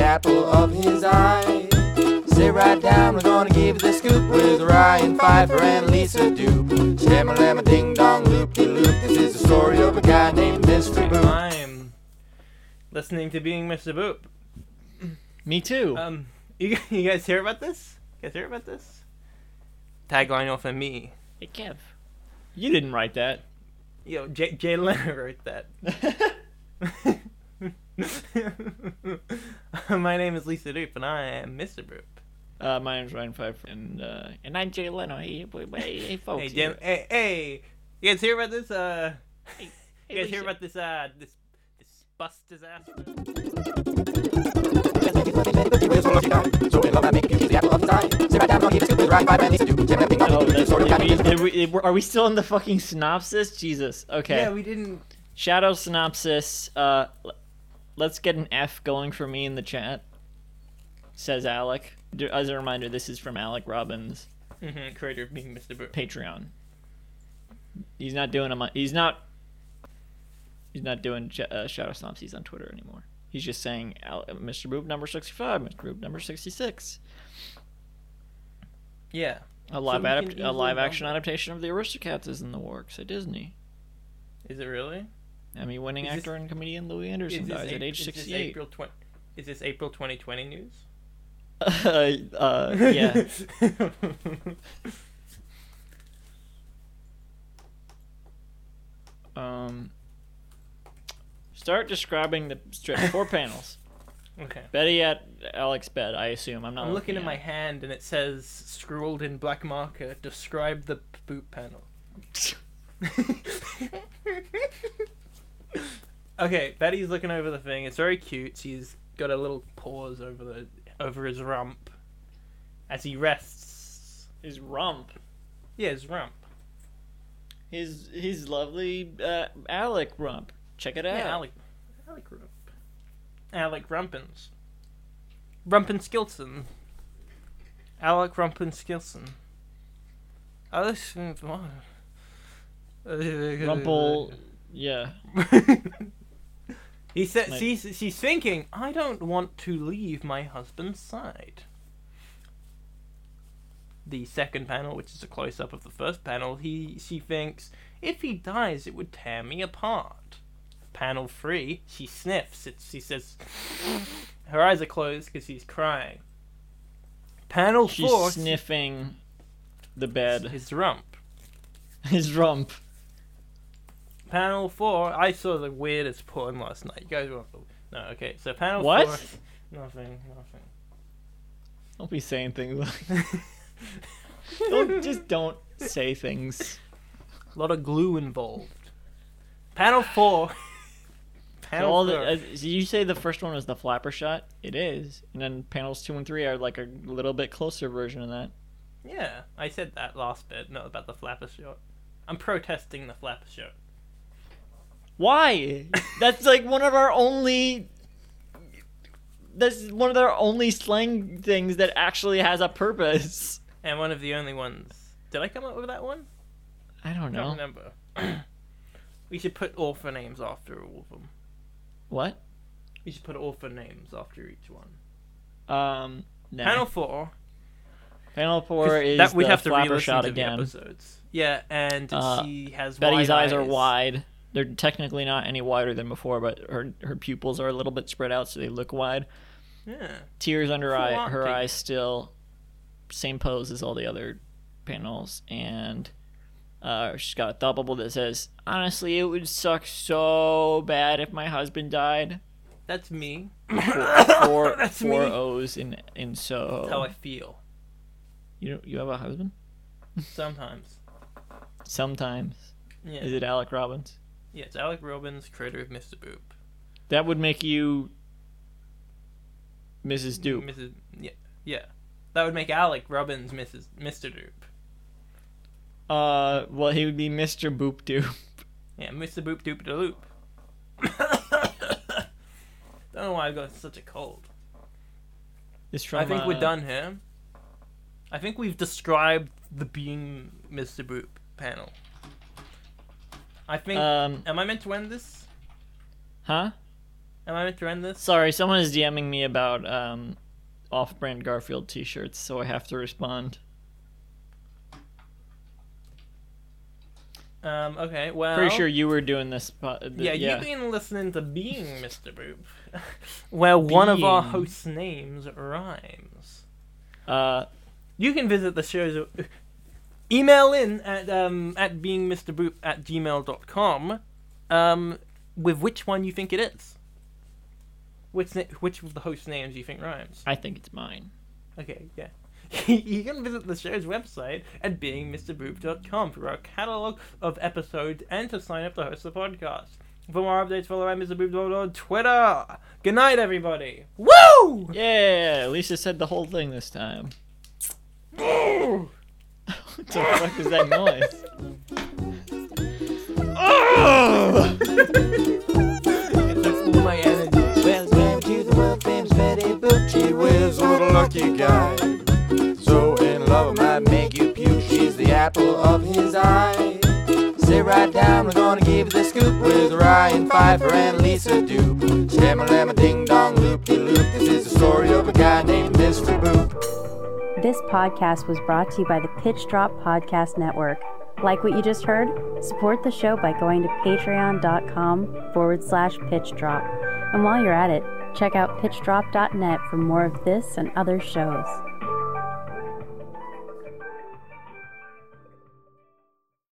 of his eyes. Sit right down, we're gonna give you the scoop with Ryan Pfeiffer and Lisa Dupe. Shamma lamma ding dong loop de loop. This is the story of a guy named Mr. Boop. I'm listening to Being Mr. Boop. Me too. Um, you, gu- you guys hear about this? You guys hear about this? Tagline off of me. hey Kev, you didn't write that. Yo, J- Jay Leonard wrote that. My name is Lisa Doop, and I am Mr. Boop. uh, my name's Ryan Pfeiffer, and uh, and I'm Jay Leno. Hey, boy, boy, hey, hey folks. Hey, Jim. Hey, hey, you guys hear about this? Uh, Hey, you guys hear about this? Uh, this this bus disaster. So in love, I make you the apple of his eye. Sit right down, we're gonna give you the scoop with Ryan Pfeiffer and Lisa Dupe. Shamma lamma ding dong Oh, loop. This is the that's, story of a guy named Mr. did we, did we, did we- are we still in the fucking synopsis? Jesus. Okay. we didn't. Shadow synopsis. Uh, l- let's get an F going for me in the chat. Says Alec. D- As a reminder, this is from Alec Robbins hmm creator of Being Mr. Boop. Patreon. He's not doing a. mon- He's not. He's not doing ch- uh, shadow synopses on Twitter anymore. He's just saying, Al- "Mr. Boob number sixty-five, Mr. Boob number sixty-six, Yeah. a live we adapt- can a easily live action bump adaptation of the Aristocats is in the works at Disney." Is it really? Emmy-winning Is this- actor and comedian Louis Anderson Is this dies at Ap- age is this 68. April 20, is this April 2020 news? Uh, uh, yeah. Um, start describing the strip. Four panels. okay. Betty at Alex bed. I assume. I'm not. I'm looking at my it. hand and it says, scrawled in black marker, describe the p- boot panel. okay, Betty's looking over the thing. It's very cute. She's got a little paws over the over his rump as he rests. His rump. Yeah, his rump. His his lovely uh, Alec rump. Check it out. Yeah, Alec, Alec Rump. Alec Rumpins. Rumpinskilton. Alec Rumpinskilton. Oh, this is fun. Rumple. Yeah. he said, Like- she's, she's thinking, I don't want to leave my husband's side. The second panel, which is a close up of the first panel, he she thinks, if he dies, it would tear me apart. Panel three, she sniffs. It, she says, her eyes are closed because she's crying. Panel She's four, sniffing the bed. his rump. His rump. Panel four, I saw the weirdest porn last night. You guys won't. believe- No, okay. So panel What? four, nothing, nothing. Don't be saying things like. don't just don't say things. A lot of glue involved. Panel four. So panel all the, four. uh, so you say the first one was the flapper shot. It is, and then panels two and three are like a little bit closer version of that. yeah, I said that last bit, not about the flapper shot. I'm protesting the flapper shot. Why? That's like one of our only. That's one of our only slang things that actually has a purpose. And one of the only ones. Did I come up with that one? I don't I don't know remember. we should put author names after all of them. what. We should put author names after each one. Um, no. Panel panel four. panel 'cause four is that we'd the have to flapper re-listen shot to The again. episodes. Yeah, and Uh, she has Betty's wide eyes are wide. They're technically not any wider than before, but her her pupils are a little bit spread out, so they look wide. Yeah. tears under eye, her Flaunting. eyes still same pose as all the other panels and uh, she's got a thought bubble that says honestly it would suck so bad if my husband died That's me. four That's four me. o's in in so How I feel you you have a husband sometimes. sometimes Yeah. is it alec robbins Yeah, it's Alec Robbins, creator of Mr. Boop. that would make you mrs dupe Mrs. Yeah, yeah. That would make Alec Robbins Mrs. Mr. Doop. uh well he would be mr boop dupe Yeah, Mr. Boop Doop Da Loop. Don't know why I've got such a cold. is from I think uh, we're done here. I think we've described the being Mr. Boop panel. I think. um am I meant to end this? huh Am I meant to end this? Sorry, someone is DMing me about um, off-brand Garfield T-shirts, so I have to respond. Um, okay, well. Pretty sure you were doing this. po- th- Yeah, yeah. you've been listening to Being Mr. Boop, where one of our Being. hosts' names rhymes. uh, You can visit the show's uh, email in at um at beingmrboop at gmail.com um with which one you think it is. Which na- which of the host names you think rhymes? I think it's mine. Okay, yeah. you can visit the show's website at beingmrboop.com for our catalog of episodes and to sign up to host the podcast. For more updates, follow at Mr. Boop on Twitter. Good night, everybody. Woo! Yeah, Lisa said the whole thing this time. what the fuck is that noise? It took all my energy. Well, back to the world famous Betty Boop. She was a little lucky guy. So in love, I might make you puke. She's the apple of his eye. Sit right down, we're gonna give you the scoop with Ryan Pfeiffer and Lisa Doop. Stammer, lamma, ding dong, loop de loop. This is the story of a guy named Mr. Boop. This podcast was brought to you by the Pitch Drop Podcast Network. Like what you just heard? Support the show by going to patreon.com forward slash pitch drop. And while you're at it, check out pitchdrop.net for more of this and other shows.